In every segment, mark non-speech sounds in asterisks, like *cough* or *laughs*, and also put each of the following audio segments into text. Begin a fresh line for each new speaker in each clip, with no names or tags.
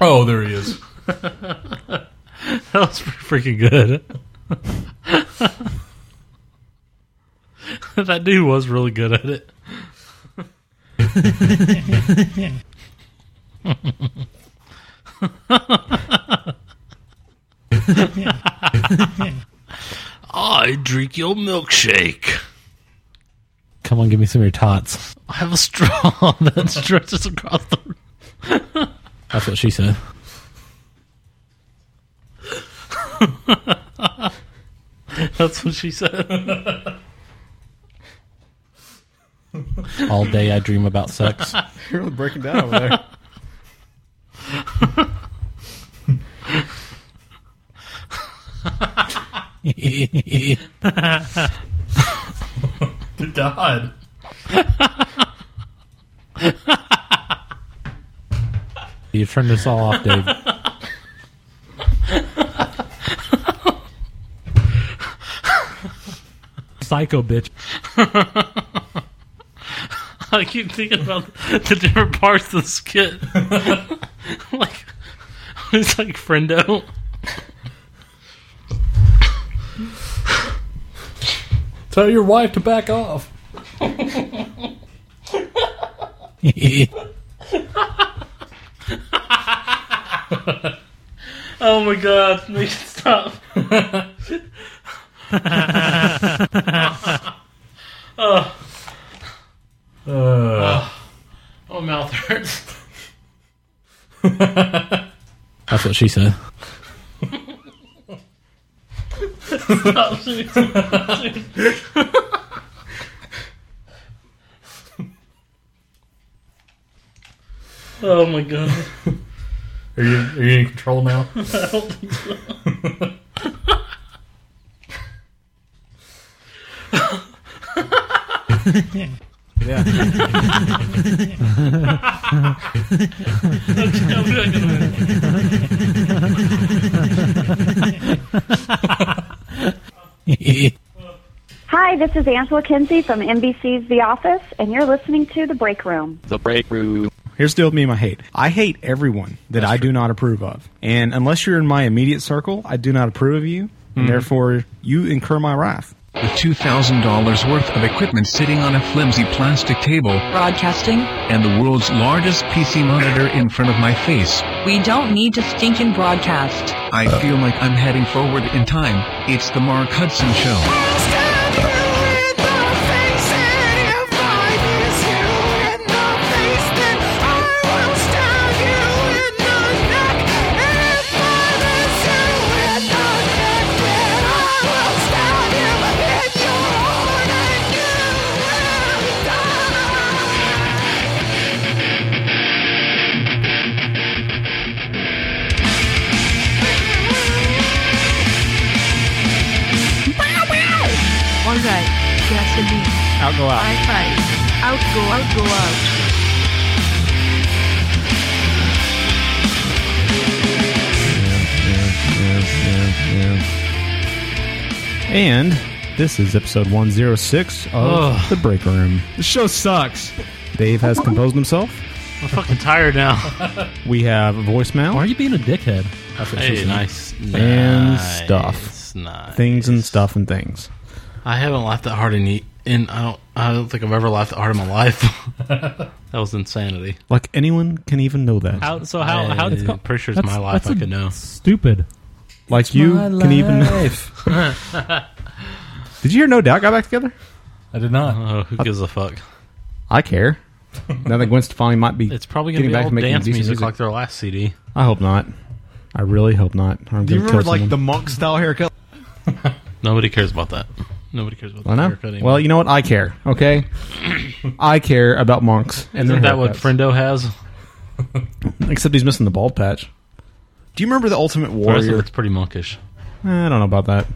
Oh, there he is.
*laughs* That was pretty freaking good. *laughs* that dude was really good at it. I drink your milkshake.
Come on, give me some of your tots.
I have a straw *laughs* that stretches across the room.
That's what she said.
That's what she said.
All day I dream
*laughs*
about sex.
You're really breaking down over there.
God.
you turned this all off, Dave. Psycho bitch.
*laughs* I keep thinking about the different parts of the *laughs* skit. like, it's like Friendo.
Tell your wife to back off.
Oh my god, make it *laughs* stop.
Uh,
*sighs* Oh, mouth hurts.
That's what she said.
Stop, seriously. *laughs* oh my god. *laughs*
are you are you in control now?
I don't think so.
Yeah.
I'll be back in a minute.
Hi, this is Angela Kinsey from NBC's The Office, and you're listening to The Break Room.
The break room.
*laughs* Here's the deal with me and my hate. I hate everyone that I do not approve of. And unless you're in my immediate circle, I do not approve of you. And therefore, you incur my wrath.
With $2,000 worth of equipment sitting on a flimsy plastic table,
Broadcasting?
and the world's largest PC monitor in front of my face,
We don't need to stinking broadcast.
I
Uh.
feel like I'm heading forward in time. It's the Mark Hudson Show.
All right, gasoline.
Out, go out.
High five. Out, go out, go out.
And this is episode 106 of The Break Room. The show sucks. Dave has composed himself.
I'm fucking tired *laughs* now.
We have a voicemail.
Why are you being a dickhead? That's what she said.
nice.
And stuff.
Nice.
Things and stuff and things.
I haven't laughed that hard in, in I don't I don't think I've ever laughed that hard in my
*laughs*
life. *laughs* that was insanity.
Like anyone can even know that.
How, so how how does
I'm pretty sure it's my life. I could know.
Stupid.
like you
my
can even know. Did you hear No Doubt got back together?
I did not.
Oh, who gives a fuck?
I care. now that Gwen Stefani might be,
It's probably gonna
getting
be
back
all
to making
dance
decent
music,
music.
like their last CD.
I hope not. I really hope not. or I'm
Do you
gonna kill
remember like the
someone.
monk style haircut?
Nobody cares about that. Nobody cares about
I
that
know.
haircut anymore.
Well, you know what? I care.
*coughs*
Okay, I care about monks and their
isn't that what
haircuts.
Friendo has?
Except he's missing the bald patch.
Do you remember the Ultimate
The rest of
Warrior?
it's pretty monkish.
Eh, I don't know about that.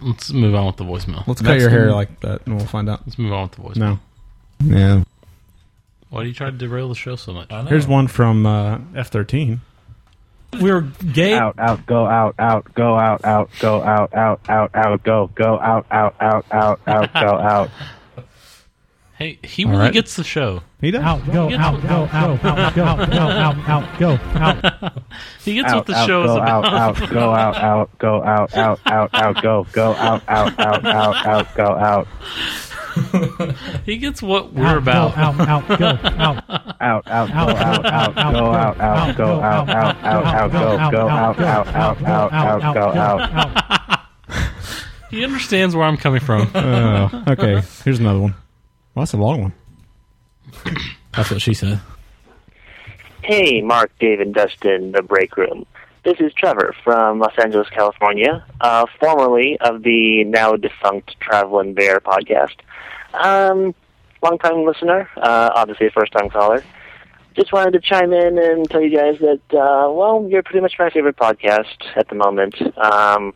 Let's move on with the voicemail.
Let's cut your hair like that, and we'll find out.
Let's move on with the voicemail.
No. Yeah.
Why do you try to derail the show so much?
I know.
Here's one from uh, F13.
We're gay.
out, out, go out, out, go out, out, go out, out, out, out, go, go out, out, out, out, out, go out.
Hey, he really
right.
gets the show.
He does.
Out, go, out, go, out, out, go, out, out, out, go, out.
He gets what
out,
the
out,
show
go
is about.
out, out, go out, out, go out, out, out, out, go, go out, out, out, out, out, go out,
*laughs* He gets what we're
Out,
about.
Go, out, out, go, out.
out, out, go out, out, go out, out, go out, out, out, out, go, go out, out, out, out, out, go out.
out.
*laughs* He understands where I'm coming *laughs* from.
Oh, okay, here's another one. Well, that's a long one.
That's what she said.
Hey, Mark, Dave, and Dustin, the break room. This is Trevor from Los Angeles, California, uh, formerly of the now defunct Traveling Bear podcast. Um, long time listener, uh, obviously a first time caller. Just wanted to chime in and tell you guys that, uh, well, you're pretty much my favorite podcast at the moment. Um,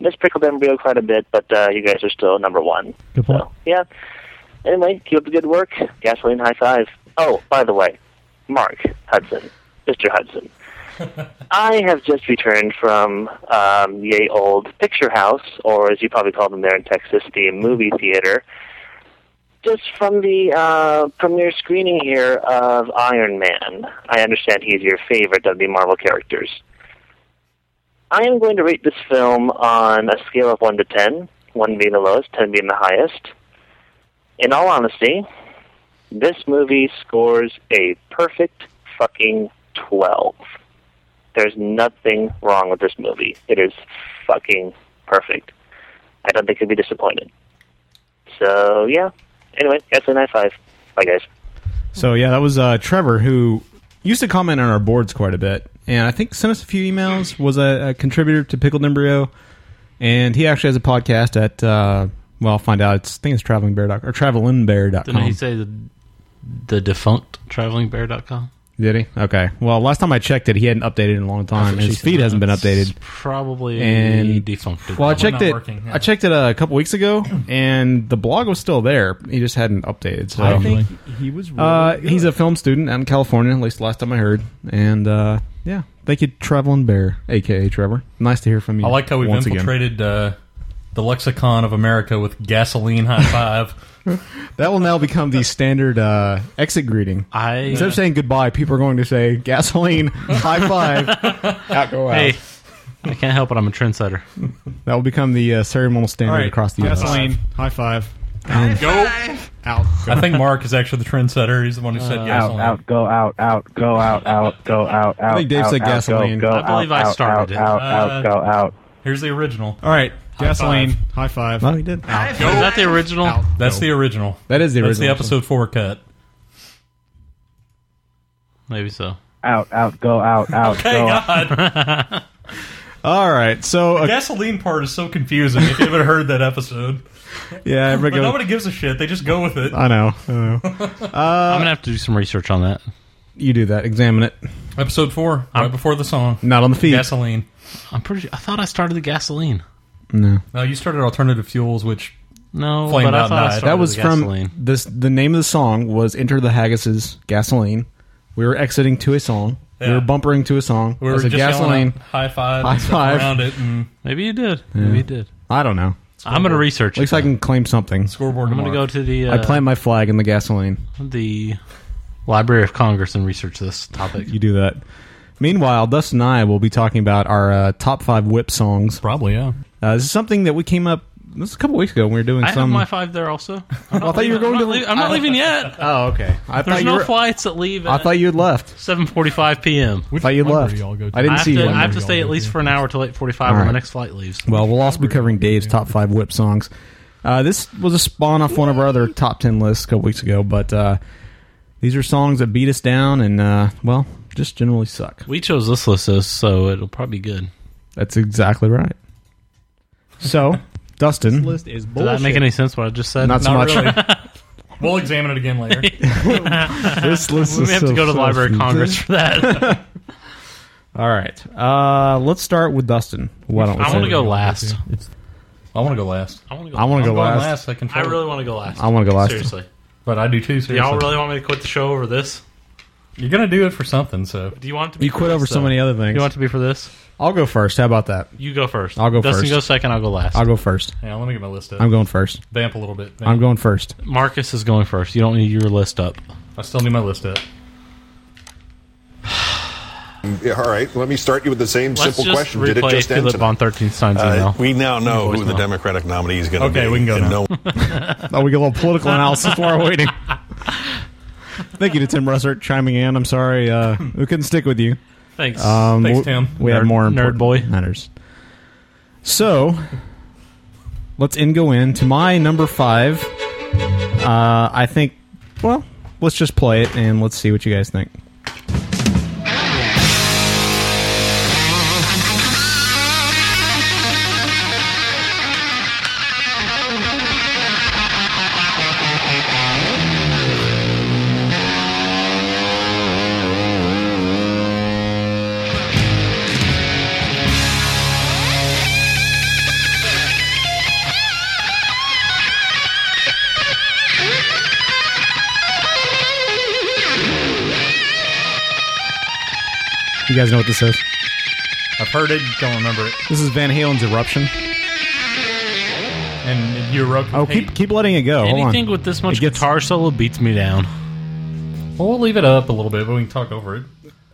miss Pickled Embryo quite a bit, but uh, you guys are still number one.
Good point.
Yeah. Anyway, keep up the good work. Gasoline high five. Oh, by the way, Mark Hudson, Mr. Hudson. I have just returned from um, the old picture house, or as you probably call them there in Texas, the movie theater, just from the uh, premiere screening here of Iron Man. I understand he's your favorite of the Marvel characters. I am going to rate this film on a scale of 1 to 10, 1 being the lowest, 10 being the highest. In all honesty, this movie scores a perfect fucking 12. There's nothing wrong with this movie. It is fucking perfect. I don't think you'd be disappointed. So, yeah. Anyway, that's a high five. Bye, guys.
So yeah, that was uh, Trevor who used to comment on our boards quite a bit, and I think sent us a few emails. Was a, a contributor to Pickled Embryo, and he actually has a podcast at. Uh, well, I'll find out. It's, I think it's travelingbear or
Didn't he
travelingbear.com.
say the, the defunct travelingbear.com?
Did he? Okay. Well, last time I checked it, he hadn't updated in a long time.
what she
His
said.
feed hasn't been updated.
Probably
And-
defunct.
Well, I
Probably
checked
not
it.
working, yeah.
I checked it uh, a couple weeks ago, and the blog was still there. He just hadn't updated. So
I think
he was. uh, he's a film student out in California, at least last time I heard. And uh, yeah, thank you, Traveling Bear, aka Trevor. Nice to hear from you.
I liked how we've
once again.
infiltrated uh, the lexicon of America with gasoline high five.
That will now become the standard uh, exit greeting.
I
Instead of saying goodbye, people are going to say gasoline, *laughs* high five, out go out.
Hey, I can't help it. I'm a trendsetter.
That will become the uh, ceremonial standard
Alright,
across the
gasoline,
High five.
go
out.
I think Mark is actually the trendsetter. He's the one who said
Uh, Out,
gasoline.
out, go out, out, go out, out, go out, out.
I think Dave
out,
said
out,
gasoline.
Go, go,
I believe
out,
I
out,
started
out,
it.
out, out, go out.
Uh, Here's the original.
All right,
gasoline,
high five.
No, he did.
Is that the original?
That's the original.
That is the
That's the
original.
episode four cut.
Maybe
Uh,
so.
Out, out, go out, out,
Hey
go out.
God,
All right, so
the
uh,
gasoline part is so confusing. If you haven't heard that episode,
*laughs*
yeah,
but
everybody goes-
nobody gives a shit. They just go with it.
I know. I know.
I'm gonna have to do some research on that.
You do that. Examine it.
Episode four, right before the song.
Not on the feed.
Gasoline.
I'm pretty. Sure, I thought I started the gasoline.
No,
No, you started alternative fuels, which
No,
Flamed
but I
out
thought I
night.
started
that was
the
from
gasoline.
this. The name of the song was "Enter the Haggis's Gasoline." We were exiting to a song. We
Yeah.
were bumpering to a song.
we
I
were
said
just gasoline.
gasoline.
high five,
High
and stuff
five.
around it, and
Maybe you did. Maybe you did.
I don't know.
I'm gonna research.
At least
it,
I
though.
can claim something.
scoreboard.
I'm gonna go to the
I
uh,
plant my flag in the gasoline.
the Library of Congress and research this topic.
You do that. Meanwhile, Dustin and I will be talking about our uh, top five whip songs.
probably yeah.
Uh, this is something that we came up. This was a couple weeks ago when we were doing
I have
some.
my five there also. I
I thought you were going to.
I'm not leaving yet.
Oh, okay. I thought
There's
you
no
were,
flights that leave
I
at
thought you had left.
7:45 p.m.
I thought you left. I
I
didn't
have
see
to,
you.
I have to stay at least for an hour till 8:45 when
Alright.
the next flight leaves.
Well, we'll also be covering Dave's top five whip songs. Uh, this was a spawn off one of our other top ten lists a couple weeks ago, but uh, these are songs that beat us down and uh, well, just generally suck.
We chose this list, though, so it'll probably be good.
That's exactly right.
*laughs*
So, Dustin, list is
Does that make any sense? What I just said?
not so
Not
much. *laughs*
really. we'll examine it
*laughs*
again later.
This list
we
is
may have to
so-
go to the
so
Library of Congress for that.
All right, uh, let's start with Dustin. Why don't we
*laughs* I
say
want to go
that?
last.
I want to go last.
I want to go.
I want to
I'm
go
going
last.
last. I control.
I really want to go last.
I wanna go last.
Seriously,
but I do too. Seriously.
y'all really want me to quit the show over this?
You're gonna do it for something, so.
Do you want it to be
You quit over so
though?
many other things.
You want it to be for this?
I'll go first. How about that?
You go first.
I'll go
Dustin
first.
goes second. I'll go last.
I'll go first.
Yeah, let me get my list up.
I'm going first.
Vamp a little bit.
I'm going first.
Marcus is going first. You don't need your list up.
I still need my list up.
Yeah, all right, let me start you with the same
Let's
simple
just
question. Did it
replay
just end?
Philip
tonight?
von 13 Stein's
Uh,
email.
we now know
Your
who the
voicemail.
Democratic nominee is going to be.
Okay, we can go
and
now.
No,
oh, we get a little political analysis while we're waiting. Thank you to Tim Russert chiming in. I'm sorry uh, we couldn't stick with you. Um,
Thanks.
we-
Thanks, Tim.
We have
Nerd-
more
nerd
important
boy.
matters. So let's in go in to my number five. Uh, I think. Well, let's just play it and let's see what you guys think. You guys know what this is.
I've heard it. Don't remember it.
This is Van Halen's eruption.
And you erupt. with
Oh,
hate.
keep keep letting it go. Hold on.
Anything with this much guitar solo beats me down.
Well, we'll leave it up a little bit, but we can talk over it.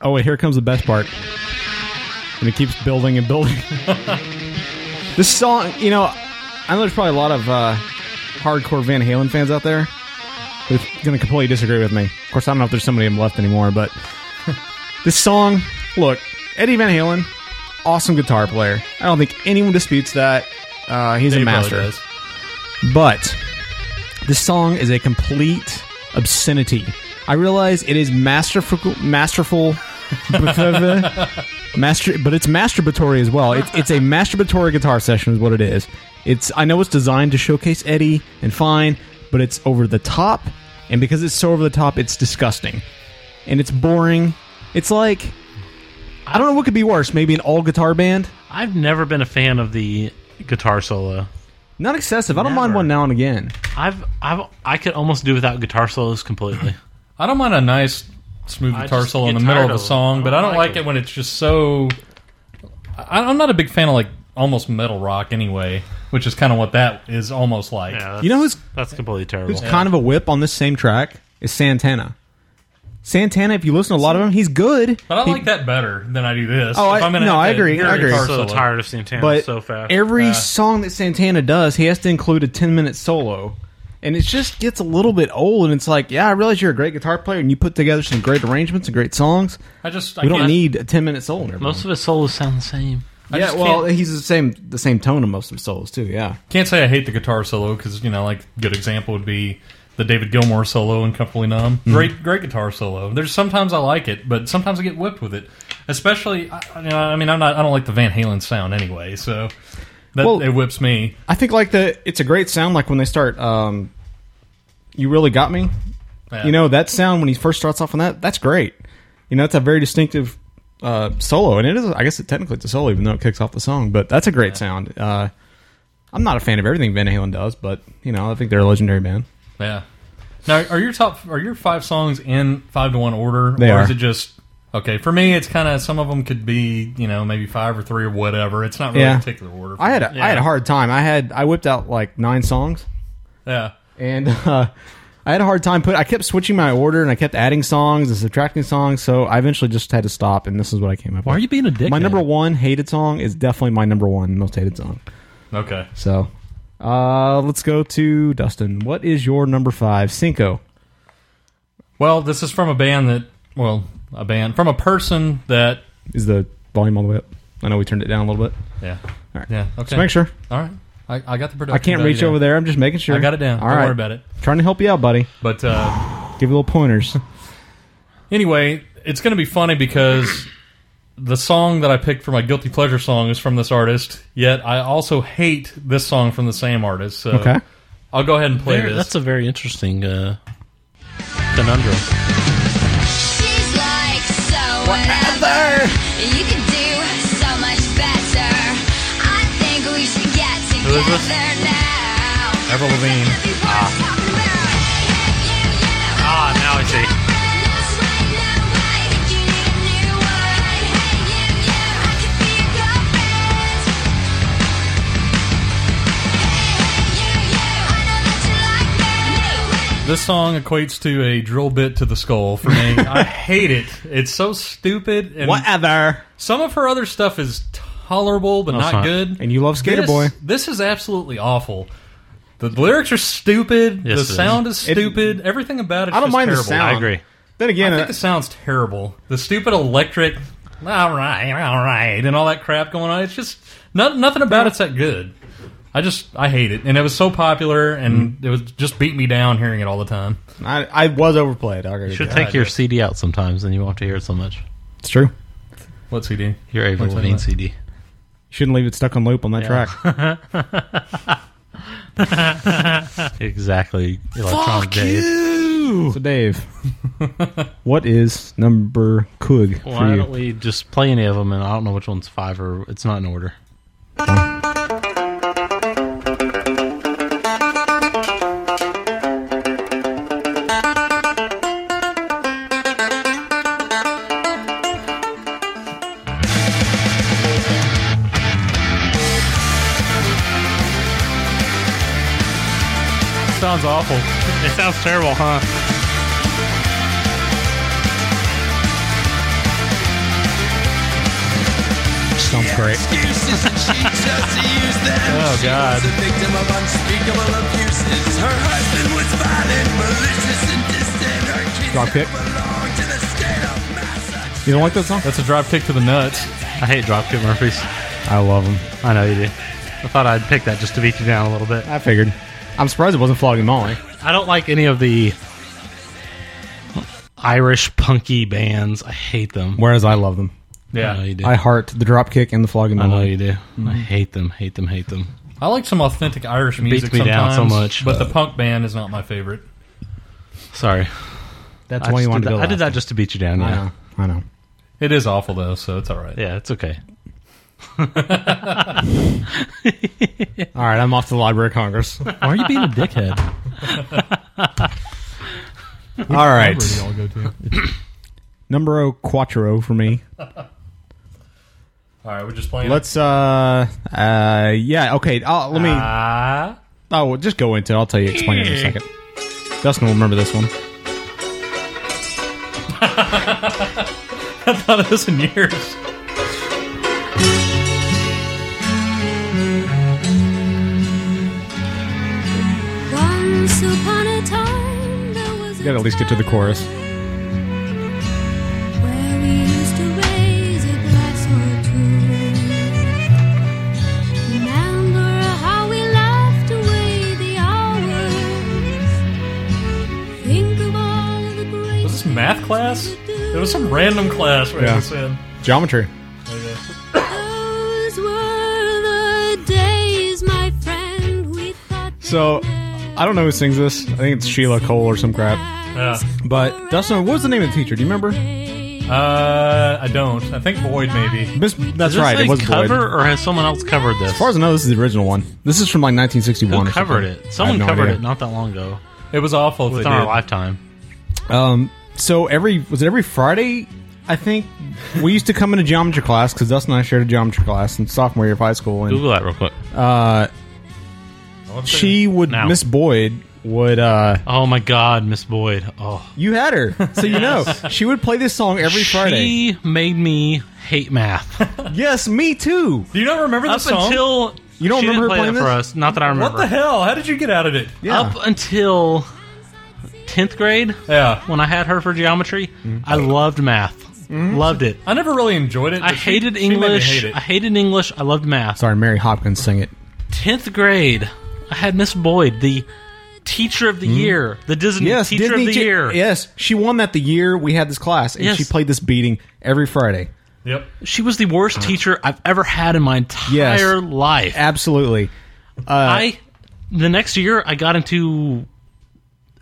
Oh wait, here comes the best part. And it keeps building and building. *laughs* this song, you know, I know there's probably a lot of uh, hardcore Van Halen fans out there who's going to completely disagree with me. Of course, I don't know if there's somebody left anymore, but *laughs* this song, look, Eddie Van Halen, awesome guitar player. I don't think anyone disputes that. Uh, he's
Dave
a
probably
master.
does.
But this song is a complete obscenity. I realize it is masterful, masterful, uh, master, but it's masturbatory as well. It's it's a masturbatory guitar session, is what it is. It's I know it's designed to showcase Eddie and fine, but it's over the top, and because it's so over the top, it's disgusting, and it's boring. It's like I don't know what could be worse. Maybe an all guitar band.
I've never been a fan of the guitar solo.
Not excessive. I don't mind one now and again.
I've I've I could almost do without guitar solos
*clears throat*
completely.
I don't mind a nice smooth
I
guitar
just
solo in the
get
middle
tired
of a
of it.
song, but I don't like it when it's just so. I, I'm not a big fan of like almost metal rock anyway, which is kind of what that is almost like.
You know who's
that's completely terrible.
Who's kind of a whip on this same track is Santana. Santana, if you listen to a lot of him, he's good.
But I
He-
like that better than I do this.
Oh,
If
I-
I'm gonna
no,
have
I
to
agree,
hear a
I agree.
guitar
So
solo.
tired of Santana
but
so fast.
every
Uh,
song that Santana does, he has to include a ten minute solo, and it just gets a little bit old. And it's like, yeah, I realize you're a great guitar player, and you put together some great arrangements and great songs.
I just- I
we don't
can't-
need a ten minute solo. in every-
Most of his solos sound the same.
I
yeah,
just
well,
can't-
he's the same the same tone in most of his solos too. Yeah,
Can't say I hate the guitar solo because you know, like good example would be the David Gilmour solo in "Comfortably Numb."
Mhm.
Great, great guitar solo. There's sometimes I like it, but sometimes I get whipped with it. Especially, I, I- you know, I mean, I'm not, I don't like the Van Halen sound anyway, so that
Well-
it whips me.
I think like the it's a great sound. Like when they start, um, you really got me.
Yeah.
You know that sound when he first starts off on that. That's great. You know that's a very distinctive uh, solo, and it is. I guess it technically it's a solo, even though it kicks off the song. But that's a great sound. Uh, I'm not a fan of everything Van Halen does, but you know I think they're a legendary band.
Yeah. Now, are your top are your five songs in five to one order,
They
or is
are.
it just okay? For me, it's kind of some of them could be you know maybe five or three or whatever. It's not really a particular order. for
I had
me.
a, I had a hard time. I had I whipped out like nine songs.
Yeah.
and *laughs* uh, I had a hard time put. I kept switching my order and I kept adding songs and subtracting songs. So I eventually just had to stop. And this is what I came up. Why with.
are you being a dick?
My number one hated song is definitely my number one most hated song.
Okay.
So uh, let's go to Dustin. What is your number five? Cinco.
Well, this is from a band that, well, a band from a person that.
Is the volume all the way up? I know we turned it down a little bit.
Yeah.
All right.
Yeah. Okay.
Just make sure.
All right. I, I got the production.
I can't
value
reach
down.
over there. I'm just making sure.
I got it down.
All
Don't
right.
worry about it.
Trying to help you out, buddy.
But uh,
Give you little
*laughs*
pointers.
anyway, it's going to be funny because the song that I picked for my guilty pleasure song is from this artist. Yet I also hate this song from the same artist. So
Okay.
I'll go ahead and play
There-
this.
That's a very interesting uh, conundrum.
She's like so whatever. You can do so much better. I think we should get
Who is this?
together now.
Avril Lavigne.
Ah.
Ah, now I see.
This song equates to a drill bit to the skull
*laughs*
for me. I hate it. It's so stupid. And
Whatever.
Some of her other stuff is tolerable, but
No, it's
not,
not.
good.
And you love Skater
This-
Boy.
This is absolutely awful. The lyrics are stupid.
Yes, it
the
is.
sound is
It-
stupid. Everything about it.
I don't
just
mind the
terrible.
sound. I agree. Then again,
I
uh,
think the sound's terrible. The stupid electric. All right, all right, and all that crap going on. It's just not, nothing about it's that good. I just I hate it, and it was so popular, and it was just beat me down hearing it all the time.
I, I was overplayed. I agree.
with
Should
you.
take your CD out sometimes, and you won't have to hear it so much.
It's true.
What CD?
Your Avril
What's that
Lavigne
about?
CD.
Shouldn't leave it stuck on loop on that
*laughs*
track.
exactly. Electronic Dave.
you. So Dave, what is number Coog for
Why
you?
don't we just play any of them? And I don't know which one's five or it's not in order.
Sounds awful. It sounds terrible, huh?
Sounds great.
Excuses and she chose to use them.
Oh,
she was
God.
a victim of unspeakable abuses. Her husband was violent, malicious, and distant. Her kids
Drop kick.
belonged to the state of
You don't like that song?
That's a drop kick to the nuts.
I hate Dropkick Murphys.
I love them.
I know you do. I thought I'd pick that just to beat you down a little bit.
I figured. I'm surprised it wasn't flogging Molly.
I don't like any of the Irish punky bands. I hate them.
Whereas I love them.
Yeah. I know you do.
I heart the dropkick and the flogging
I
Molly.
know you do. I
Mm-hmm.
Mhm.
hate them. Hate them. Hate them.
I like some authentic Irish
It beats
music
me down
sometimes,
so much.
but the punk band is not my favorite.
Sorry.
That's
I
why you
just
wanted
did
to
that-
go
I did
last Uh-huh.
that just to beat you down. Yeah.
I know. I know.
It is awful though, so it's all right.
Yeah, it's okay.
All right, I'm off to the Library of Congress. *laughs* Why
are you being a
*laughs*
dickhead?
All right.
library do y'all go
*clears throat*
to?
Numero quattro for me.
All right, we're just playing.
Let's uh uh yeah, okay. I'll, let me
Ah.
Oh, well, just go into it. I'll tell you explain it in a second. Dustin will remember this one.
*laughs* I thought of this in years.
Once upon a time, there was
You gotta at least get to the chorus.
where we used to raise a glass or two. Remember how we laughed away the hours. Think of all the great.
Was this math class? There was some random class where
Yeah.
I was in.
Geometry.
Those were the days, my friend. We thought
So I don't know who sings this. I think it's Sheila Cole or some crap.
Yeah.
But Dustin, what was the name of the teacher? Do you remember?
Uh, I don't. I think Boyd maybe.
Miss, that's
this
right.
a
It was
cover,
Boyd.
or has someone else covered this?
As far as I know, this is the original one. This is from like 1961.
Who
or something.
covered
I
it?
have
Someone
no
covered
idea.
it not that long ago.
It was awful. if
Within
they
our
did.
lifetime.
Um, so every was it every Friday? I think we used to come into geometry class because Dustin and I shared a geometry class in sophomore year of high school. And,
Google that real quick.
Uh, she would
Now.
Miss Boyd would.
*laughs*
Uh,
Oh my God, Miss Boyd. Oh,
you had her, so you know she would play this song every Friday.
She made me hate
*laughs*
math.
Yes, me too.
Do you not remember the
Up
song?
until
You don't
she
remember her
didn't play
playing
that for
this?
us. Not that I remember.
what the hell? How did you get out of it?
Up until tenth grade.
Yeah.
When I had her for geometry,
Mm-hmm.
I loved math. Loved it.
I never really enjoyed it.
I
but she-
hated
she made me
English.
hate it.
I hated English. I loved math.
Sorry, Mary Hopkins sing it.
Tenth grade, I had Miss Boyd, the teacher of the year, the Disney
Hmm? Yes,
teacher
Disney
of the
Chi-
year.
Yes, she won that the year we had this class, and
Yes.
she played this beating every Friday.
Yep.
She was the worst teacher I've ever had in my entire
Uh-huh. Yes.
life.
Absolutely. Uh,
I the next year I got into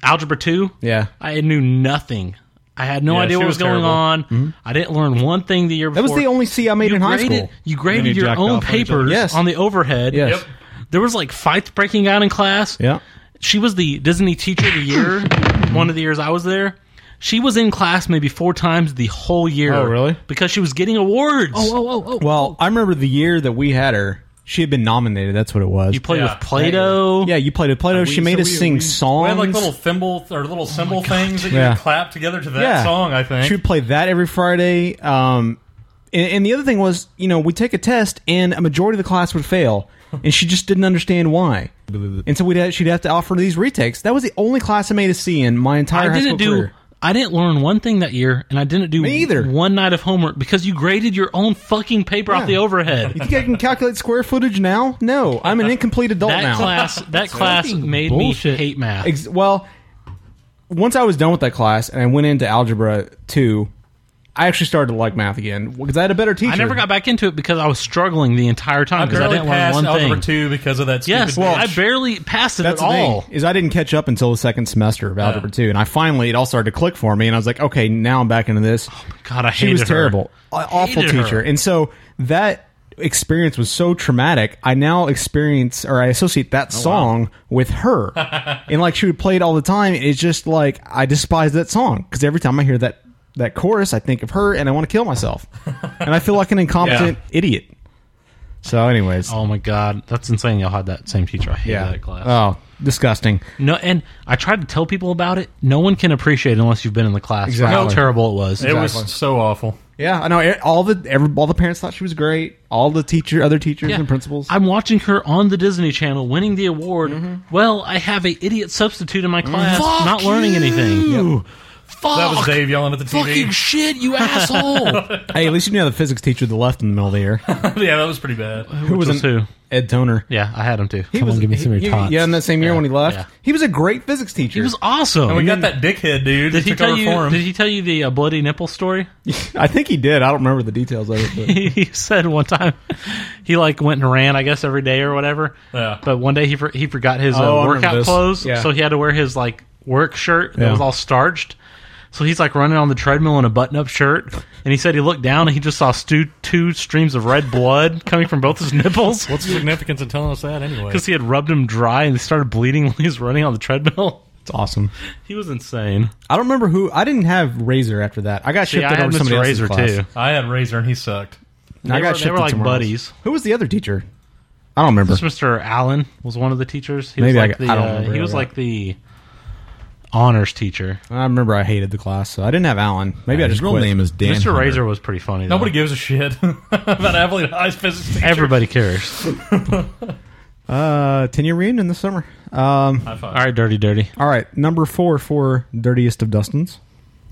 algebra two.
Yeah.
I knew nothing. I had no
Yeah,
idea
she
what was,
was
going
terrible. Mm-hmm.
on. I didn't learn one thing the year
That
before.
was the only C I made
you
in high
graded,
school.
You graded
you
your
jacked
own
off on each other.
papers
Yes.
on the overhead.
Yes. Yep.
There was like fights breaking out in class.
Yeah.
She was the Disney teacher of the
*coughs*
year, one of the years I was there. She was in class maybe four times the whole year.
Oh, really? Oh,
Because she was getting awards.
Well, I remember the year that we had her. She had been nominated. That's what it was. You
played Yeah. with
Play-Doh. Yeah, you played with Play-Doh.
We-
She made
so
us
we-
sing
we-
songs.
We had like little thimble or
Oh
little cymbal things that you
Yeah.
would clap together to that
Yeah.
song. I think
She would play that every Friday. Um, and, and the other thing was, you know, we take a test and a majority of the class
*laughs*
would fail, and she just didn't understand why. And so we'd have, she'd have to offer these retakes. That was the only class I made a C in my entire
I
high
didn't
school
do.
career.
I didn't learn one thing that year, and I didn't do either. one night of homework because you graded your own fucking paper off the overhead.
*laughs* You think I can calculate square footage now? No, I'm an incomplete adult
that
now.
class, that class made me
bullshit.
hate math.
Ex- well, once I was done with that class and I went into algebra two, I actually started to like math again because I had a better teacher.
I never got back into it because I was struggling the entire time because I,
barely
didn't learn
passed
one
algebra
thing.
two because of that. Stupid
Yes, well, I barely passed it
That's
at
the
all.
thing is I didn't catch up until the second semester of algebra two, and I finally it all started to click for me, and I was like, okay, now I'm back into this. Oh my
God, I
she was
hated her.
terrible, Aw- awful
Hated her.
teacher, and so that experience was so traumatic. I now experience or I associate that
Oh,
song
*laughs*
with her, and like she would play it all the time. and It's just like I despise that song because every time I hear that that chorus, I think of her, and I want to kill myself,
*laughs*
and I feel like an incompetent idiot. So, anyways,
oh my god, that's insane! Y'all had that same teacher. I hated
Yeah.
that class.
Oh, disgusting.
No, and I tried to tell people about it. No one can appreciate it unless you've been in the class. for How
Exactly.
terrible it was.
It was Exactly.
so awful.
Yeah, I know. e- All the every, all the parents thought she was great. All the teacher, other teachers
Yeah.
and principals.
I'm watching her on the Disney Channel winning the award.
Mm-hmm.
Well, I have a idiot substitute in my class,
Fuck
not learning anything. Fuck.
That was Dave yelling at the TV.
Fucking
shit, you
hey, at least you knew how the physics teacher that left in the middle of the year.
*laughs*
*laughs*
yeah, that was pretty bad.
Who was, an- Ed Toner.
Yeah, I had him too.
He
Come
was,
on, give me some of
he-
your tots.
Yeah, in that same year when he left, he was a great physics
He
teacher.
was awesome.
And we got that dickhead
Did
dude. that
he
took
tell
over
you?
for him.
Did he tell you the uh, bloody nipple story?
I think he did. I don't remember the details of
*laughs*
it.
he he said one time he like went and ran, I guess every day or whatever.
Yeah.
But one day he for, he forgot his
Oh, I
uh,
remember
workout
this.
clothes,
Yeah.
so he had to wear his like work shirt that
Yeah.
was all starched. So he's like running on the treadmill in a button-up shirt, and he said he looked down and he just saw stu- two streams of red blood *laughs* coming from both his nipples
*laughs*
What's the significance of telling us that anyway?
because he had rubbed him dry and they started bleeding *laughs* when he was running on the treadmill.
It's awesome.
He was insane.
I don't remember who. I didn't have Razor after that. I got
See,
shipped
I
it
had
over to
Mr.
somebody else's
Razor,
class.
too.
I had Razor and he sucked.
And I
They
got
were- they
shipped
were
to
like
somewhere else.
buddies.
Who was the other teacher? I don't remember.
This Mr. Allen was one of the teachers. He
Maybe
was
I
like
got-
the,
I don't
uh,
remember
he was
that.
like the honors teacher.
I remember I hated the class, so I didn't have Alan. Maybe I
His
just
real
quit.
name is Dan Mr. Hunter. Razor was pretty funny. though.
Nobody gives a shit *laughs* about Abilene High's physics teacher.
Everybody cares.
Uh, ten year reunion this summer. Um,
*laughs* High five.
All right, dirty, dirty.
All right, number four for dirtiest of Dustins.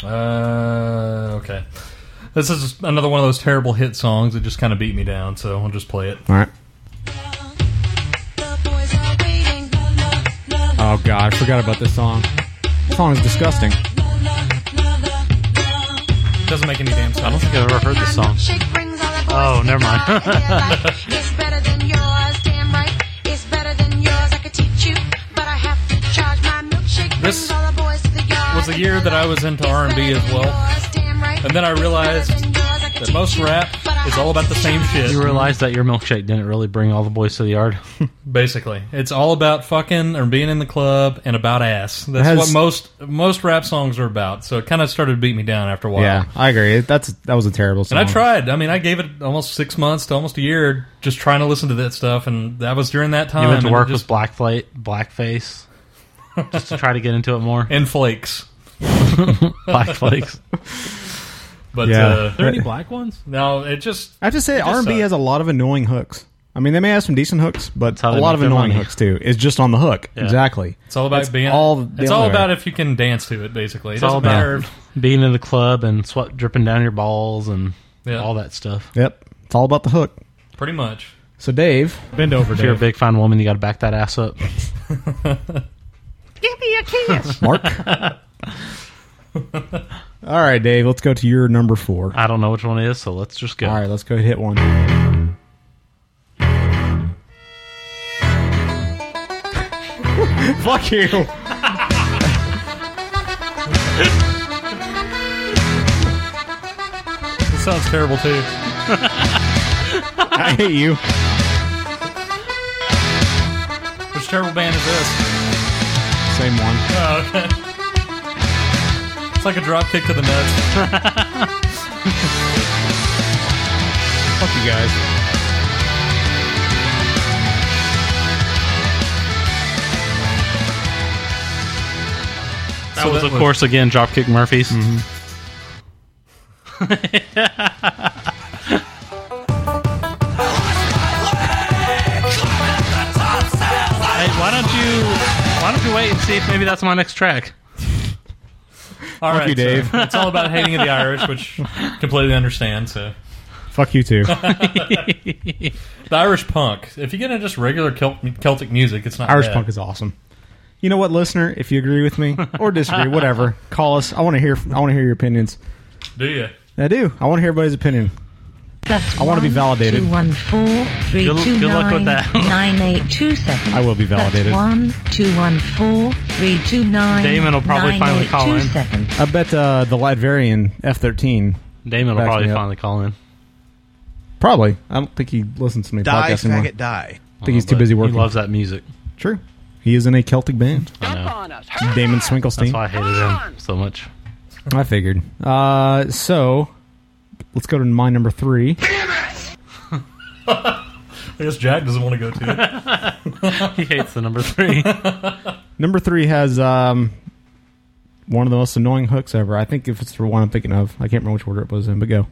Uh, okay. This is another one of those terrible hit songs that just kind of beat me down, so I'll just play it.
All right. Oh God, I forgot about this song. This song is disgusting.
Doesn't make any damn sense. I don't
think I've ever heard this song. Oh, never mind.
It's better than
*laughs*
yours, damn right. It's better than yours. I could teach you, but I have to charge my milkshake.
This
brings all the boys to the yard.
was the year that I was into R&B as well. And then I realized that most rap is all about the same shit.
You realize that your milkshake didn't really bring all the boys to the yard.
Basically, it's all about fucking or being in the club and about ass. That's
Has-
what most most rap songs are about. So it kind of started to beat me down after a while.
Yeah, I agree. It- That's that was a terrible song.
And I tried. I mean, I gave it almost six months to almost a year just trying to listen to that stuff, and that was during that time.
you went to
and it
work
just-
with black flight,
*laughs*
blackface, just to try to get into it more.
And flakes.
black flakes.
But
Yeah.
uh,
There any
black ones?
No, it just.
I have to say,
it just
R and B
sucked.
has a lot of annoying hooks. I mean, they may have some decent hooks, but a
they
lot
make
of
their
annoying
money.
hooks too. It's just on the hook.
Yeah.
Exactly.
It's all about
That's
being.
all. the
it's all
other-
about if you can dance to it. Basically, it
It's
doesn't
all
matter.
about being in the club and sweat dripping down your balls and
Yeah.
all that stuff.
Yep. It's all about the hook.
Pretty much.
So Dave,
Bend over,
If you're a
Dave.
big fine woman, you got to back that ass up.
Give me a kiss.
Mark. All right, Dave. Let's go to your number four.
I don't know which one it is, so let's just go.
All right, let's go hit one.
*laughs*
Fuck you.
It sounds terrible too.
I hate you.
Which terrible band is this?
Same one.
Oh, okay. It's like a drop kick to
*laughs*
the nuts.
Fuck you guys.
that was, of course, again, Dropkick Murphys. *laughs* Hey, why don't you why don't you wait and see if maybe that's my next track?
All
Fuck
right,
you,
so
Dave.
it's all about hating the Irish,
*laughs*
which completely understand. So
Fuck
*laughs*
you too.
the Irish punk. If you get into just regular Celt- Celtic music, it's not
Irish
bad.
punk is awesome. You know what, listener? If you agree with me or
*laughs*
disagree, whatever, call us. I want to hear. I want to hear your opinions.
Do you?
I do. I want to hear everybody's opinion. I want to be validated.
Two one four three
Good-
two
good luck with
nine
that. *laughs*
nine eight two seven.
I will be validated.
That's one two one four three two nine.
Damon will probably
nine,
finally
eight,
call
two,
in.
seven.
I bet uh, the Latverian F thirteen.
Damon will
backs
probably
me up.
finally call in.
Probably. I don't think he listens to me.
Die,
podcasts anymore.
faggot, die.
I think he's too
Oh, But
busy
he
working.
loves that music.
True. He is in a Celtic band.
I know.
Damon Swinkelstein.
That's why I hated him so much.
I figured. Uh, so let's go to my number three.
I guess Jack doesn't want to
*laughs*
go to it.
he hates the number *laughs* three.
Number three has um, one of the most annoying hooks ever. I think if it's the one I'm thinking of, I can't remember which order it was in, but go.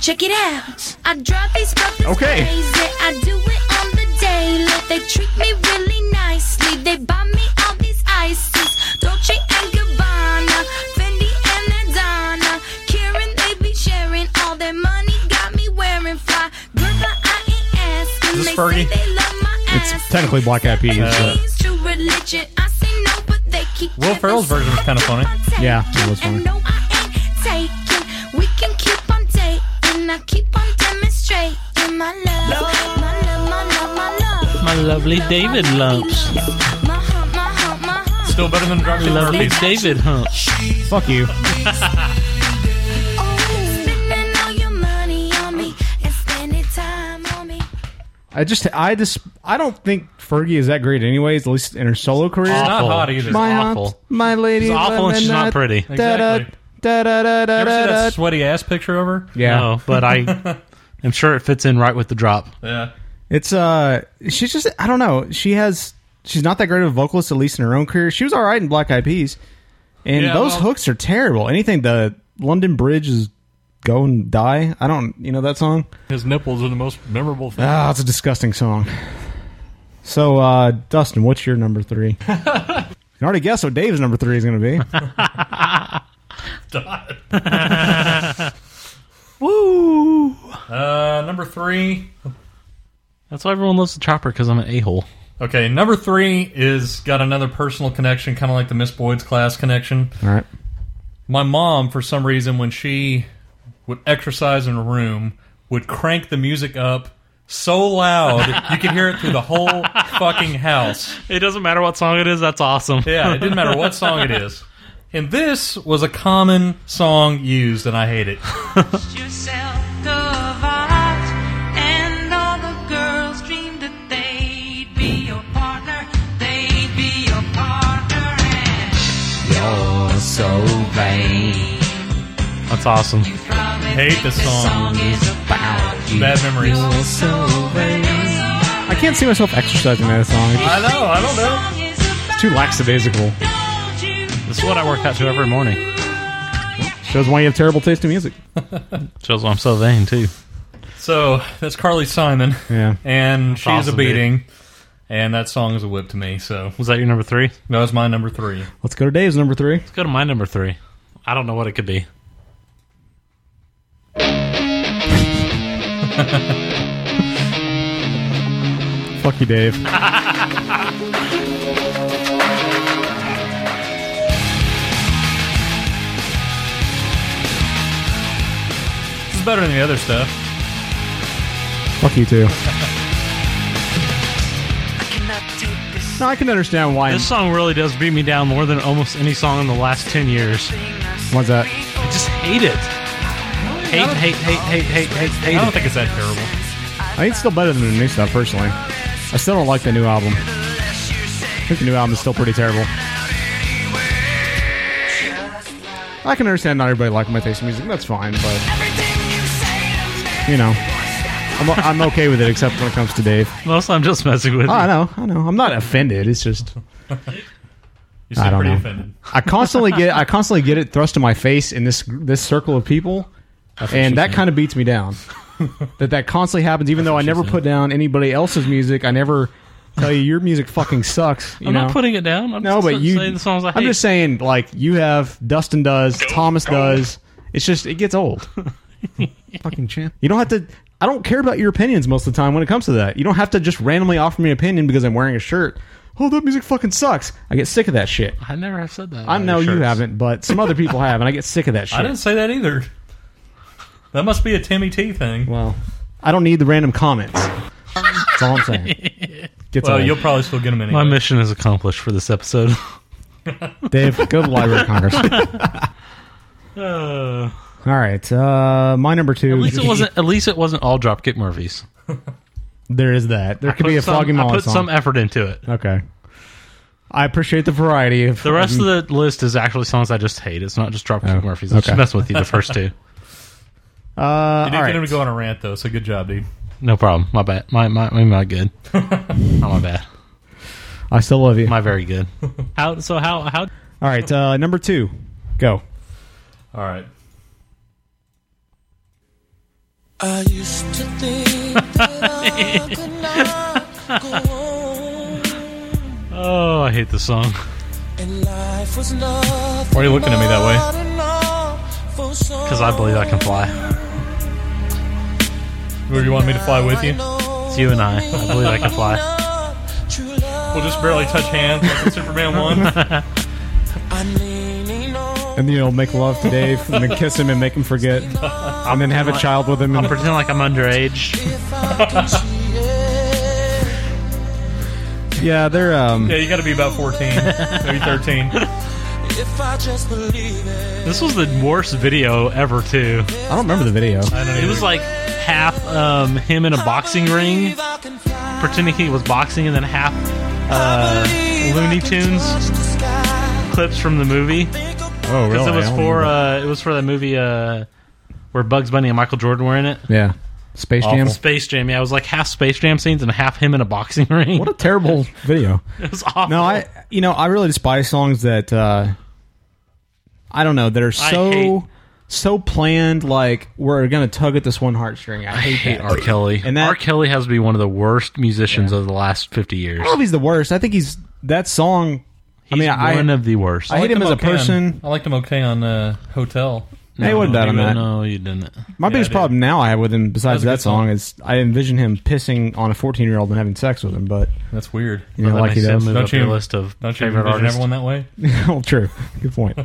Check it out. I drive these puppies
Okay.
crazy. I do it on the daily. They treat me really nicely. They buy me all these ices. Dolce and Gabbana, Fendi and Adana. Karen, they be sharing all their money. Got me wearing fly. Girl, but I ain't asking.
Is this
they
Fergie?
say they love my
It's
ass.
technically Black Eyed Peas.
Uh, it's true religion. I say no, but they keep
Will Ferrell's version was kind of funny.
but- yeah, it was
and
funny.
no, I ain't taking. We can keep on dating. I keep on demonstrating my love, my love, my love, my love.
My lovely David Lumps.
Still better than Dropkick
Lovely
Murphys.
David Humps.
Fuck you.
Oh, Spending all your money on me and spending time on me.
I just, I just, I don't think Fergie is that great, anyways. At least in her solo career.
She's not hot either.
My humps, my lady.
She's awful and she's
lemonade,
not pretty.
da-da,
Exactly.
da-da-da-da-da-da.
You ever see that sweaty ass picture of her?
Yeah.
No, but *laughs* I am sure it fits in right with the drop.
Yeah.
It's uh, she's just I don't know. She has she's not that great of a vocalist at least in her own career. She was all right in Black Eyed Peas, and
Yeah,
those
well-
hooks are terrible. Anything the London Bridge is go and die. I don't you know that song.
His nipples are the most memorable thing.
Ah, it's a disgusting song. So uh, Dustin, what's your number
*laughs*
three? you can already guess what Dave's number three is going *laughs* to be.
Woo!
Uh, number three.
That's why everyone loves the chopper because I'm an a hole.
Okay, number three is got another personal connection, kind of like the Miss Boyd's class connection.
All right.
My mom, for some reason, when she would exercise in a room, would crank the music up so loud you could hear it through the whole fucking house.
It doesn't matter what song it is. That's awesome.
Yeah, it didn't matter what song it is. And this was a common song used, and I hate it.
yourself of art, and all the girls dream that they'd be your partner, they'd be your partner, and
You're so vain. *laughs* That's awesome.
Hate this song. Bad memories.
I can't see myself exercising that song. It's
I know. I don't know.
just too lackadaisical.
This is what I work out to every morning.
Shows why you have terrible taste in music.
Shows why I'm so vain too.
So that's Carly Simon.
Yeah.
And she's
awesome,
a
dude.
beating. And that song is a whip to me. So
Was that your number three?
that was my number three.
Let's go to Dave's number three.
Let's go to my number three. I don't know what it could be.
Fuck you, Dave.
This is better than the other stuff.
Fuck you too. No, I can understand why.
This song really does beat me down more than almost any song in the last ten years.
Why's that?
I just hate it. Hate, hate, hate, hate, hate, hate, hate.
I don't
it.
think it's that
I
terrible.
think it's still better than the new stuff, personally. I still don't like the new album. I think the new album is still pretty terrible. I can understand not everybody liking my taste in music. That's fine, but you know, I'm I'm okay with it except when it comes to Dave.
Mostly I'm just messing with
Oh, I
you.
know, I know. I'm not offended. It's just
You seem
I don't
pretty
know.
offended.
I constantly get I constantly get it thrust in my face in this this circle of people,
That's what she
and that
said.
kind of beats me
*laughs*
down. that that constantly happens, even though I never put down anybody else's music. I never tell you your music fucking sucks. You
I'm
know?
not putting it down. I'm
no,
just
but you.
saying the songs I hate.
I'm just saying, like you have Dustin does, Thomas does. It's just it gets
*laughs*
old. fucking champ. You don't have to. I don't care about your opinions most of the time when it comes to that. You don't have to just randomly offer me an opinion because I'm wearing a shirt. Oh, that music fucking sucks. I get sick of that shit.
I never have said that.
I
about
know
your
you
shirts.
haven't, but some
*laughs*
other people have, and I get sick of that shit.
I didn't say that either. That must be a Timmy T thing.
Well, I don't need the random comments. That's all
*laughs*
I'm saying. Gets
well,
old.
you'll probably still get them anyway.
My mission is accomplished for this episode.
Dave, go to the Library
*laughs*
of Congress.
Uh,
all right, uh, my number two.
at least it wasn't. At least it wasn't all Dropkick Murphys.
*laughs* There is that. There
I
could
put
be a
some-
Foggy
I
Molly
put
song.
some effort into it.
Okay. I appreciate the variety of Uh,
The rest of the list is actually songs I just hate. It's not just Dropkick
Mm-hmm. Oh,
Murphys. I'm
okay.
just messing with you. The first two.
Uh,
you did
all
get
right.
him to go on a rant though, so good job, dude.
No problem. My bad. My my my, my good. not my bad.
I still love you.
My very good.
How? So how? How?
All right, uh, number two, go.
All right.
I used to think that I could not go on,
Oh, I hate this song.
and life was nothing.
Why are you looking at me that way?
but an awful song.
Because I believe I can fly.
Where you want me to fly with you?
It's you and I. I believe I can fly.
We'll just barely touch hands like in
*laughs*
Superman one.
And then you'll make love to Dave, and then kiss him and make
*laughs*
him forget, and then have a child with him.
I'll pretend like I'm underage.
Yeah, they're um.
yeah, you got to be about fourteen, maybe thirteen.
If I just believe it.
This was the worst video ever, too. I
don't remember the video.
It was like half um, him in a boxing ring, pretending he was boxing, and then half uh, Looney Tunes clips from the movie.
Oh,
Because
really?
it was
I don't
for uh, it was for that movie uh, where Bugs Bunny and Michael Jordan were in it.
Yeah, Space Jam.
Space Jam. Yeah, it was like half Space Jam scenes and half him in a boxing *laughs* ring.
What a terrible video.
It was awful.
No, I you know I really despise songs that uh I don't know that are
I hate-
so so planned. Like we're gonna tug at this one heartstring. I hate,
hate
that.
R. Kelly.
And that,
R. Kelly has to be one of the worst musicians of the last fifty years.
I don't know if he's the worst. I think he's that song. I mean, I
one of the worst.
I hate him as a person.
I liked him okay on uh, Hotel.
Hey, what about
you
on that?
No, you didn't.
My
Yeah,
biggest
I did.
problem now I have with him, besides
That
that
was a
song, is I envision him pissing on a fourteen-year-old and having sex with him. But
That's weird.
You know,
Well, that
like he
makes
does.
sense. Move up
Don't you
your list of
don't you
favorite
envision
artists.
everyone that way?
*laughs* well, Oh, true.
*laughs*
Good point.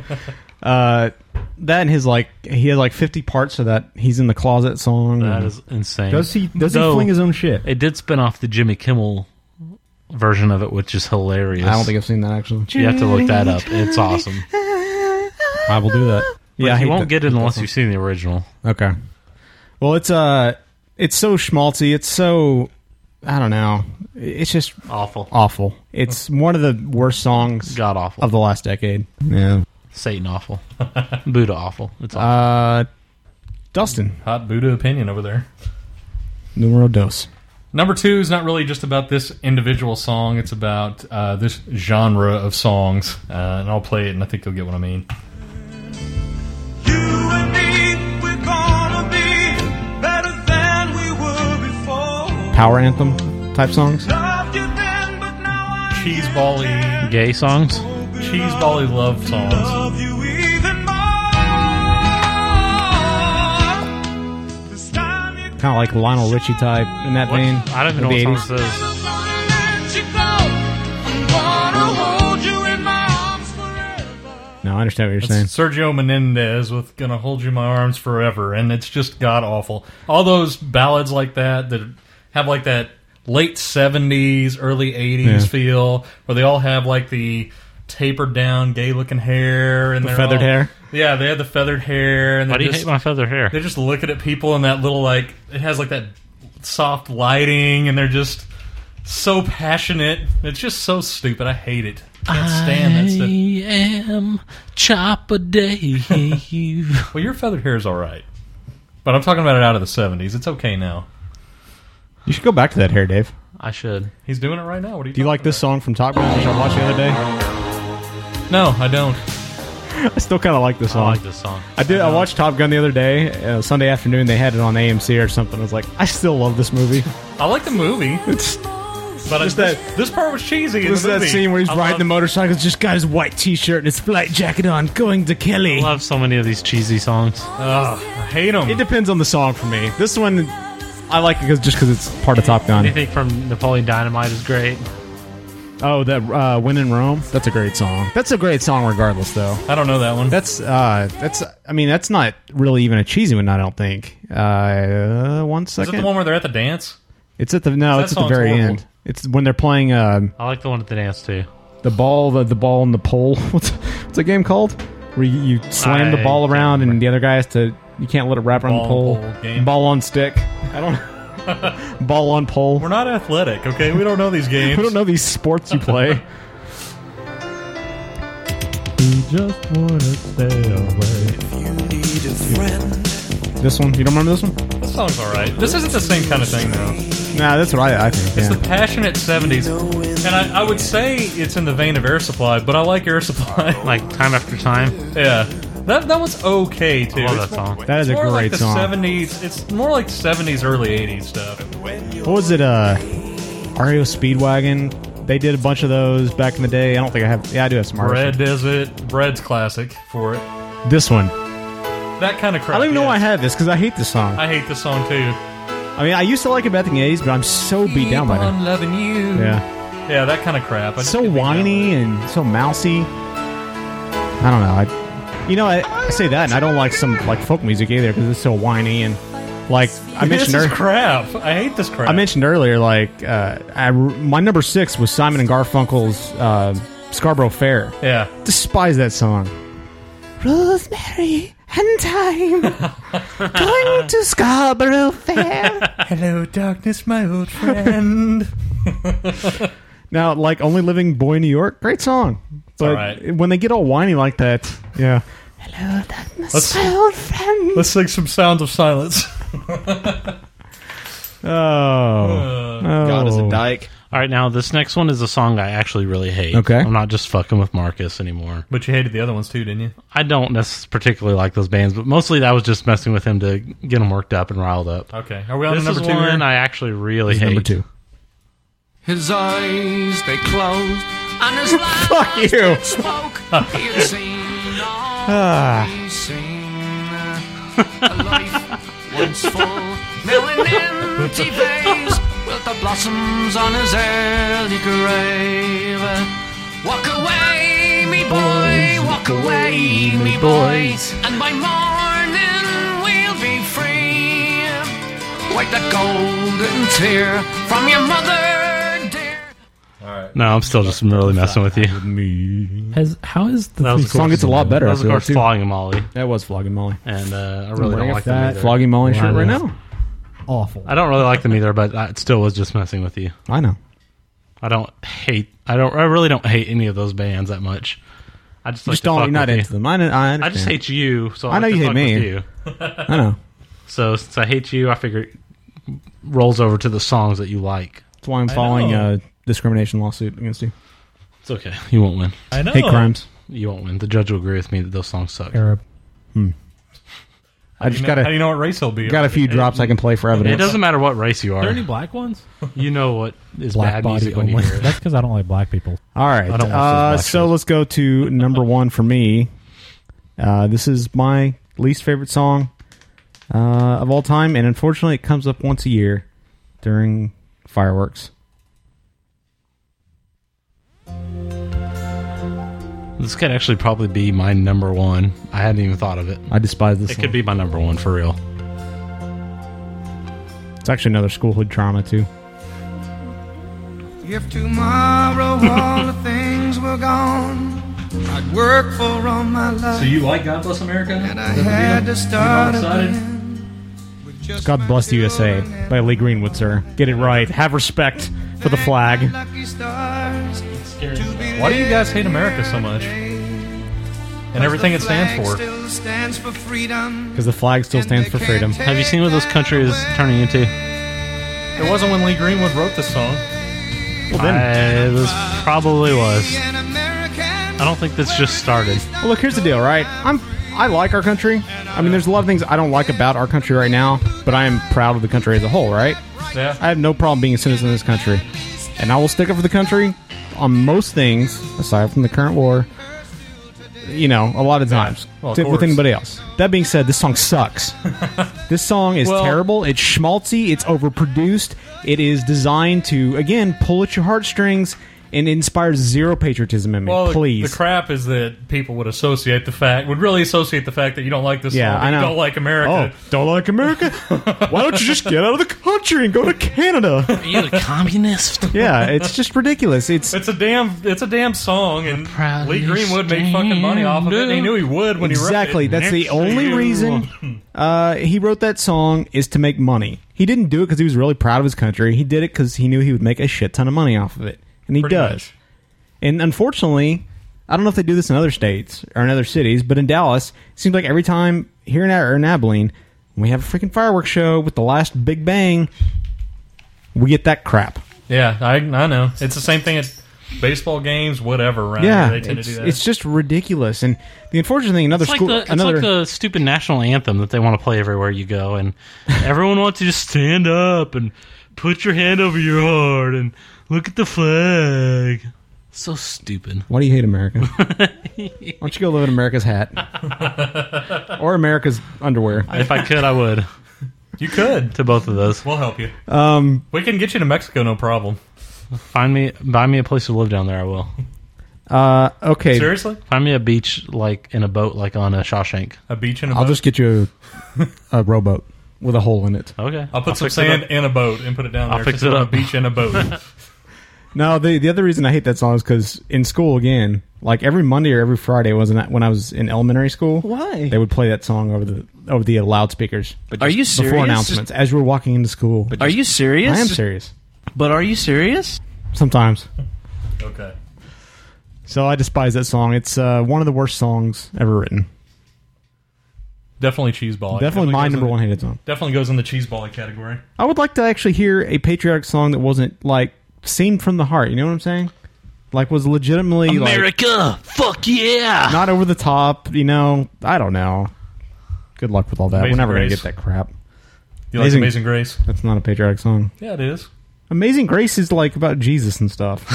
Uh, that and his like he has like fifty parts of that he's in the closet song.
That
and-
is insane.
Does he- does he
Though,
fling his own shit?
It did spin off the Jimmy Kimmel version of it, which is hilarious.
I don't think I've seen that actually.
you have to look that up. It's
*laughs*
awesome.
I will do that.
yeah,
I
you
hate
won't
that-
get it unless you've seen the original.
Okay. Well, it's uh, it's so schmaltzy. It's so I don't know. It's just
awful.
Awful. It's one of the worst songs.
God awful
of the last decade. Yeah.
Satan *laughs* awful. Buddha awful. It's awful.
Uh, Dustin,
Hot Buddha opinion over there.
numero dos.
Number two is not really just about this individual song; it's about uh, this genre of songs. Uh, and I'll play it, and I think you'll get what I mean.
Power anthem type songs.
Cheese bally,
Uh,
Gay songs.
cheese bally love songs.
Kind of like Lionel Richie type in that
What?
vein.
I don't even know
of the
what
80s.
song this is.
No, I understand what you're saying.
Sergio Menendez with "Gonna Hold You in My Arms Forever," and it's just god awful. All those ballads like that that have like that late seventies, early eighties
Yeah.
feel, where they all have like the tapered down, gay looking hair and
The
they're
feathered
all-
hair?
Yeah, they have the feathered hair. And
Why
they're
do you
just-
hate my feather hair?
They're just looking at people in that little like it has like that soft lighting, and they're just so passionate. It's just so stupid. I hate it. Can't stand that stuff.
I am Chopper *laughs* Dave.
Well, your feathered hair is all right, but I'm talking about it out of the '70s. It's okay now.
You should go back to that hair, Dave.
I should.
He's doing it right now. What do you?
Do you like this song from Top Gun, which I watched the other day?
No, I don't.
I still kind of like this song.
like this song.
I did. I watched Top Gun the other day, uh, Sunday afternoon. They had it on AMC or something. I was like, I still love this movie.
I like
*laughs*
the movie. but I,
Just
this, this part was cheesy. *laughs* in
This is
the
that
movie.
scene where he's
I
riding the
love-
motorcycle. He's just got his white T-shirt and his flight jacket on, going to Kelly. I
love so many of these cheesy songs.
I hate them.
It depends on the song for me. This one, I like it 'cause- just because it's part of Top Gun.
*laughs*
Anything from Napoleon Dynamite is great.
Oh, that uh, "When in Rome." That's a great song. That's a great song, regardless. Though
I don't know that one.
That's uh, that's. I mean, that's not really even a cheesy one. I don't think. Uh, one
Is it
second.
the one where they're at the dance?
It's at the no.
That
It's at the
song's
very
horrible.
end. It's when they're playing um,
I like the one at the dance too.
the ball, the, the ball and the pole. *laughs* What's what's that game called? Where you, you slam
I
the ball around and the other guy has to. You can't let it wrap around
Ball
the
and
pole.
pole game.
Ball on stick. *laughs* I don't. ball on pole.
We're not athletic, okay? We don't know these
*laughs*
games.
we don't know these sports you play.
We just wanna stay away.
This one. You don't remember this one?
This song's all right. This isn't the same kind of thing, though.
Nah, that's what I, I think.
It's
yeah.
the passionate 70s. And I, I would say it's in the vein of Air Supply, but I like Air Supply.
*laughs* Like Time After Time?
Yeah. That, that one's okay, too.
love
It's
that
more-
song.
That is
it's
a
more
great
like the
song.
70s. It's more like 70s, early 80s stuff.
What was it? Uh, REO Speedwagon. They did a bunch of those back in the day. I don't think I have. Yeah, I do have some. REO
Bread Desert. Bread's classic for it.
Speed- This one.
That kind of crap.
I don't even know why I had this because I hate this song.
I hate this song, too.
I mean, I used to like it back in the '80s, but I'm so beat down by
Keep
it.
on loving you.
Yeah.
Yeah, that kind of crap. I just
So
get beat down.
whiny and so mousy. I don't know. I, you know, I, I say that, and I don't like some like folk music either because it's so whiny and like I
this
mentioned
is
earlier.
crap. I hate this crap.
I mentioned earlier, like uh, I, my number six was Simon and Garfunkel's uh, Scarborough Fair.
Yeah.
despise that song. Rosemary and
*laughs*
time. Going to Scarborough Fair.
Hello, darkness, my
*laughs*
old friend.
Now, like only living boy in New York, great song. But
all right.
when they get all whiny like that, yeah.
Let's, let's sing some sounds of silence. *laughs*
Oh, God
Oh.
is a dyke.
All right, now this next one is a song I actually really hate.
Okay.
I'm not just fucking with Marcus anymore.
But you hated the other ones too, didn't you?
I don't necessarily particularly like those bands, but mostly that was just messing with him to get him worked up and riled up.
Okay. Are we on
this
to number
is
two
One
here?
I actually really
This is
hate.
number
two.
His eyes they closed, and
*laughs*
his
Fuck
lips
you.
spoke. He had seen
Ah,
all he'd seen. A life once full, now an empty vase with the blossoms on his early grave. Walk away, me boy, walk away, me boy, and by morning we'll be free. Wipe the golden tear from your mother, dear.
No, I'm still just really messing with you.
Me.
Has how is the
The song gets a lot better,
That was of
I feel,
course
too.
flogging Molly,
That was Flogging Molly.
and uh, I
I'm
really
wearing
don't
a
like
fat
them either.
Flogging Molly
Yeah,
shirt
I
right
know.
now. Awful.
I don't really like them either, but I- it still was just messing with you.
I know.
I don't hate. I don't. I really don't hate any of those bands that much. I just,
You
like
just
to
don't.
fuck
You're not
with
into
you.
them. I, know- I,
I just
understand.
hate you. So I,
I know
like to
you hate
fuck
me.
with you.
I know.
So since I hate you, I figure it rolls over to the songs that you like.
That's why I'm
I
following
know.
a discrimination lawsuit against you.
It's okay. You won't win.
I know. Hate crimes.
You won't win. The judge will agree with me that those songs suck.
Arab. Hmm. I
do
just
you know-
got a.
how do you know what race he'll be?
Got a few drops I can play for evidence.
It doesn't matter what race you
Are
are.
there any
black ones? You know what is
Black
bad
body
music when
only.
you *laughs* hear it.
That's because I don't like black people.
All right.
I don't watch
Uh,
those black
so let's go to
*laughs*
number one for me. Uh, this is my least favorite song uh, of all time, and unfortunately, it comes up once a year during fireworks.
This could actually probably be my number one. I hadn't even thought of it.
I despise this
It
song.
could be my number one for real.
It's actually another schoolhood trauma too.
If tomorrow all the things were gone, I'd work for all my life.
So you like God Bless America?
And I had to start again.
God bless the USA by Lee Greenwood, sir. Get it right. Have respect for the flag.
Lucky stars.
Why do you guys hate America so much? And everything it stands for.
Still stands for freedom.
Because the flag still stands for freedom.
Have you seen what this country is turning into?
It wasn't when Lee Greenwood wrote this song.
I, this probably was.
An American
I don't think this just started.
Well, look, here's the deal, right? I'm I like our country. I mean, there's a lot of things I don't like about our country right now, but I am proud of the country as a whole, right?
Yeah.
I have no problem being a citizen of this country, and I will stick up for the country on most things, aside from the current war. You know, a lot of times
Well, of
to- with
course.
anybody else. That being said, this song *laughs* sucks. this song is
Well-
terrible. It's schmaltzy. It's overproduced. It is designed to again pull at your heartstrings and inspires zero patriotism in me.
Well, the-
Please,
The crap is that people would associate the fact would really associate the fact that you don't like this.
Yeah,
song, that
I know.
You don't like America.
Oh, don't like *laughs* America? Why don't you just get out of the country and go to Canada? Are
you a communist?
yeah, it's just ridiculous. It's
It's a damn, it's a damn song, and Lee Greenwood made fucking money off of it. and He knew he would when
exactly.
he wrote it.
That's the only
*laughs*
reason uh, he wrote that song is to make money. He didn't do it because he was really proud of his country. He did it because he knew he would make a shit ton of money off of it, and he
Pretty
does. And unfortunately, I don't know if they do this in other states or in other cities, but in Dallas, it seems like every time here in, or in Abilene, when we have a freaking fireworks show with the last Big Bang, we get that crap.
Yeah, I, I know. It's the same thing at baseball games, whatever. Around
yeah,
here, Oh, they tend to
it's,
do that.
it's just ridiculous. And the unfortunate thing, another
It's like
school,
the- it's
another
like
The stupid national anthem that they want to play everywhere you go,
*laughs*
and everyone wants you to stand up and put your hand over your heart and look at the flag. So stupid.
Why do you
*laughs*
hate America? Why don't you go live in America's hat or America's underwear?
If I could, I would.
You could
to both of those.
We'll help you.
Um,
we can get you to Mexico, no problem.
Find me, buy me a place to live down there. I will.
Uh, okay.
Seriously?
Find me a beach like in a boat, like on a Shawshank.
A beach in a
I'll
boat.
just get you a, a rowboat with a hole in it.
Okay.
I'll put
I'll
some
fix it
sand
up.
in a boat and put it down
I'll
there.
fix
Just
it
on
up.
A beach in
*laughs*
a boat.
No, the the other reason I hate that song is because in school again, like every Monday or every Friday wasn't that when I was in elementary school.
Why?
they would play that song over the over the loudspeakers?
But Are just- you
before
serious?
announcements as we're walking into school?
Are you serious?
I am serious.
But are you serious?
Sometimes.
okay.
So I despise that song. It's uh, one of the worst songs ever written.
Definitely cheese ball.
Definitely my
goes
number
in the-
one hated song.
Definitely goes in the cheese ball category.
I would like to actually hear a patriotic song that wasn't like seen from the heart. You know what I'm saying? Like was legitimately like,
fuck yeah!
not over the top. You know, I don't know. Good luck with all that.
Amazing
We're never
Grace.
gonna get that crap.
You like Amazing Grace?
That's not a patriotic song.
Yeah, it is.
Amazing Grace is like about Jesus and stuff.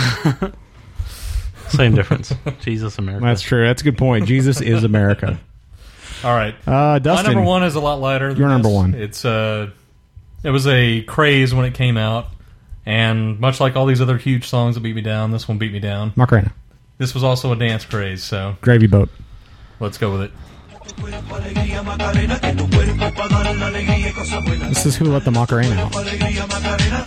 Same difference. *laughs* Jesus, America.
*laughs* That's true. That's a good point. Jesus is America.
All right.
Uh, Dustin,
My number one is a lot lighter. Than
your number
this.
one.
It's uh, it was a craze when it came out, and much like all these other huge songs that beat me down, this one beat me down.
Macarena,
This was also a dance craze, so
Gravy Boat.
let's go with it.
This is who let the Macarena out.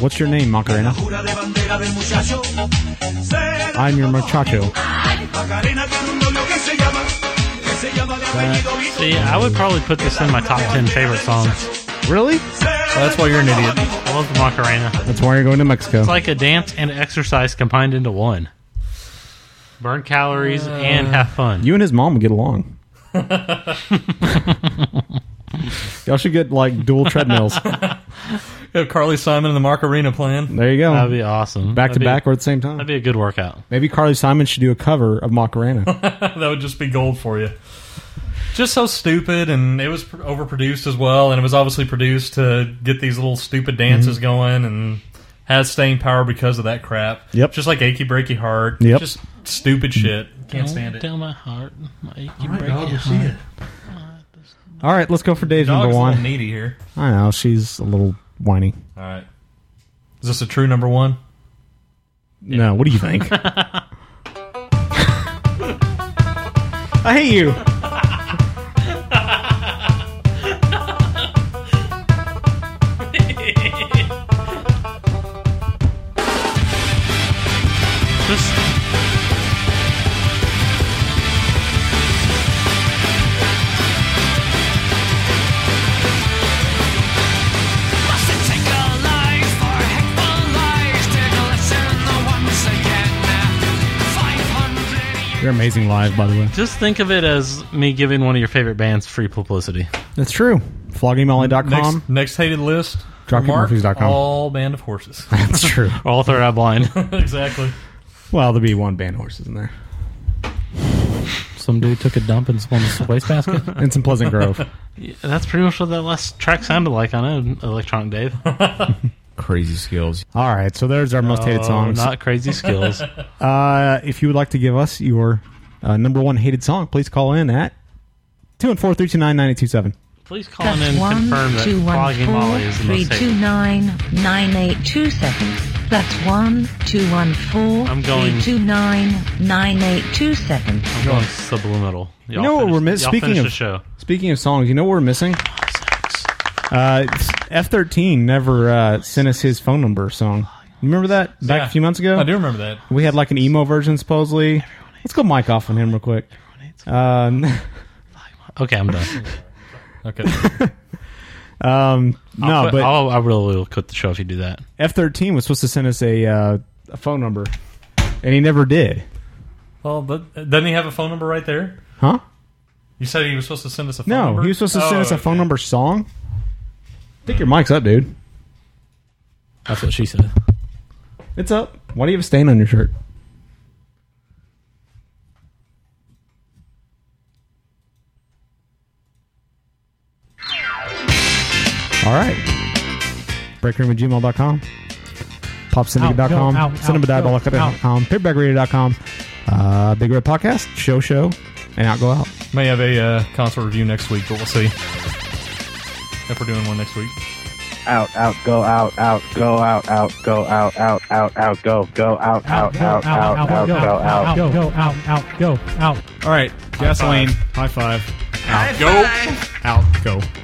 What's your name, Macarena? I'm your machacho.
See, I would probably put this in my top ten favorite songs.
Really? Oh,
that's why you're an idiot.
I love the Macarena.
That's why you're going to Mexico.
It's like a dance and exercise combined into one. Burn calories and have fun.
Uh, You and his mom would
*laughs*
get along. Y'all should get like dual treadmills.
Yeah, Carly Simon and the Macarena plan.
There you go.
That'd be awesome.
Back
That'd
to
be-
back or at the same time.
That'd be a good workout.
Maybe Carly Simon should do a cover of
*laughs*
Macarena.
*laughs* that would just be gold for you. Just so stupid, and it was pr- overproduced as well, and it was obviously produced to get these little stupid
Mm-hmm.
dances going, and has staying power because of that crap.
Yep.
Just like achy breaky heart.
Yep. Mm-hmm.
Just stupid shit. Can't
Don't
stand it.
Down my heart, my achy
right,
breaking
dog, we'll see
heart.
All right, let's go for Dave's
Dog's
number
a
one.
little needy here.
I know she's a little whiny.
All right. Is this a true number one?
No, what do you *laughs* think? I hate you. They're amazing live, by the way.
Just think of it as me giving one of your favorite bands free publicity.
That's true. FloggingMolly.com.
Next, next hated list.
DropkickMurphys.com.
All band of horses. *laughs*
That's true.
all third eye
*laughs*
blind.
exactly.
Well, there'll be one band horses in there.
Some dude took a dump in someone's wastebasket.
*laughs* And some Pleasant Grove.
Yeah, that's pretty much what that last track sounded like on Electronic Dave.
Crazy skills. All right, so there's our most
No,
hated *laughs* songs.
Oh, not crazy
*laughs*
skills.
uh, if you would like to give us your uh, number one hated song, please call in at 214 329 927.
Please call in
That's
and
one
confirm that
two one
Flogging
four
Molly is the
three
most
two
hated.
nine nine eight two seven. That's one two one four
I'm going-
three two nine nine eight two seven.
I'm going subliminal.
you know what we're missing? Speaking of
the show,
speaking of songs, you know what we're missing? Uh, F thirteen never uh, sent us his phone number song. You remember that back
Yeah.
a few months ago?
I do remember that.
We had like an emo version supposedly. Let's go mic off on him real quick. Um, *laughs*
okay, I'm done.
okay. *laughs*
I'll
um, no,
quit-
but
I'll, I really will quit the show if you do that.
F thirteen was supposed to send us a uh, a phone number, and he never did.
Well, but uh, doesn't he have a phone number right there?
Huh?
You said he was supposed to send us a phone
No,
number?
he was supposed to send
Oh,
us a phone number song. I think your mic's up, dude.
That's what she said.
It's up. Why do you have a stain on your shirt? All right. Breakroom at gmail.com.
Out,
PopSyndicate.com.
out,
Cinemadiabolica.com. PaperbackRadio.com. Uh, Big Red Podcast. Show Show. And Out Go Out.
May have a uh, console review next week, but we'll see. If we're doing one next week.
out, out, go out, out, go out, out, go out, out, out, out, go, go out, out, out, out, out, go out.
go, go, out, out, go, out.
All right.
Gasoline.
High five.
High
Out. Go. Out. Go.